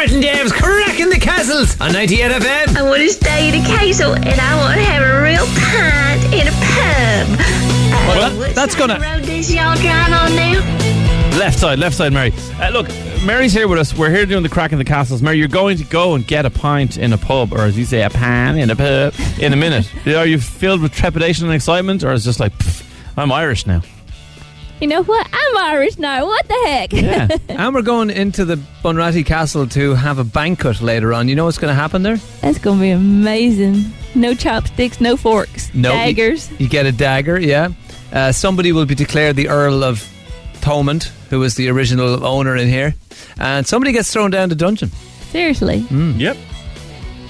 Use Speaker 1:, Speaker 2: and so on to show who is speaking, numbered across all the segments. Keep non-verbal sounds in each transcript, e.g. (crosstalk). Speaker 1: and Dave's cracking the castles on 98 FM.
Speaker 2: I want to stay in a castle and I want to have a real pint in a pub. Oh,
Speaker 3: Well, that- that's gonna-
Speaker 2: Road is y'all driving on now?
Speaker 3: Left side, left side, Mary. Uh, look, Mary's here with us. We're here doing the crack in the castles. Mary, you're going to go and get a pint in a pub, or as you say, a pan in a pub, in a minute. Are you filled with trepidation and excitement, or is it just like, "Pff, I'm Irish now?
Speaker 4: You know what? I'm Irish now. What the heck?
Speaker 3: (laughs) Yeah.
Speaker 1: And we're going into the Bunratty Castle to have a banquet later on. You know what's going to happen there?
Speaker 4: (laughs) That's gonna be amazing. No chopsticks, no forks,
Speaker 1: No. you-
Speaker 4: daggers.
Speaker 1: You, get a dagger, yeah. Uh, somebody will be declared the Earl of Thomond, who was the original owner in here. And somebody gets thrown down the dungeon.
Speaker 4: Seriously.
Speaker 3: Yep.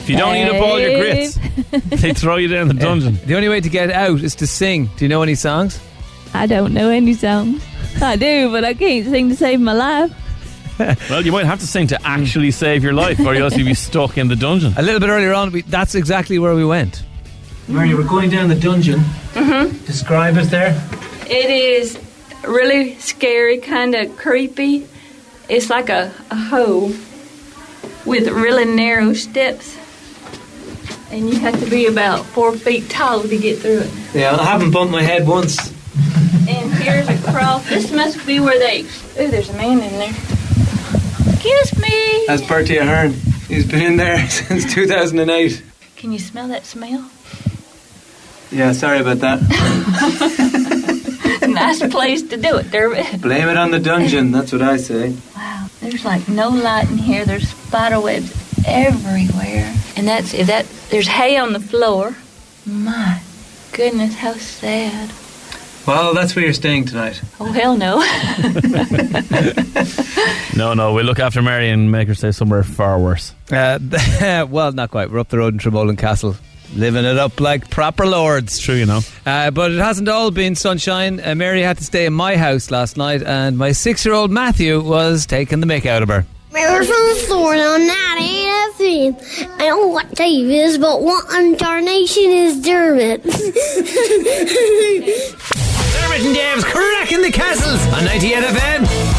Speaker 3: If you don't eat up all your
Speaker 4: Dave.
Speaker 3: grits, they throw you down the dungeon.
Speaker 1: The only way to get out is to sing. Do you know any songs?
Speaker 4: I don't know any songs. I do, but I can't sing to save my life.
Speaker 3: Well, you might have to sing to actually save your life, or else you'll be stuck in the dungeon.
Speaker 1: A little bit earlier on, we, that's exactly where we went.
Speaker 5: Mary, we're going down the dungeon. Mm-hmm. Describe it there.
Speaker 6: It is really scary, kind of creepy. It's like a, a hole with really narrow steps, and you have to be about four feet tall to get through it.
Speaker 5: Yeah, I haven't bumped my head once.
Speaker 6: And here's a cross. This must be where they. Ooh, there's a man in there. Kiss me.
Speaker 5: That's Bertie Ahern. He's been in there (laughs) since 2008.
Speaker 6: Can you smell that smell?
Speaker 5: Yeah, sorry about that.
Speaker 6: nice place to do it, (laughs) Derby.
Speaker 5: Blame it on the dungeon, that's what I say.
Speaker 6: Wow, there's like no light in here. There's spider webs everywhere, and that's if that there's hay on the floor. My goodness, how sad.
Speaker 5: Well, that's where you're staying tonight.
Speaker 6: Oh hell no. (laughs)
Speaker 3: No, no, we'll look after Mary and make her stay somewhere far worse.
Speaker 1: Uh, (laughs) well, not quite. We're up the road in Tremolin Castle, living it up like proper lords.
Speaker 3: It's true, you know.
Speaker 1: Uh, but it hasn't all been sunshine. Uh, Mary had to stay in my house last night, and my six year old Matthew was taking the mick out of her.
Speaker 7: We're from the thorn on that FM. I don't know what Dave is, but what incarnation is Dermot? (laughs)
Speaker 1: Dermot and Dave's cracking the castles on 98 FM.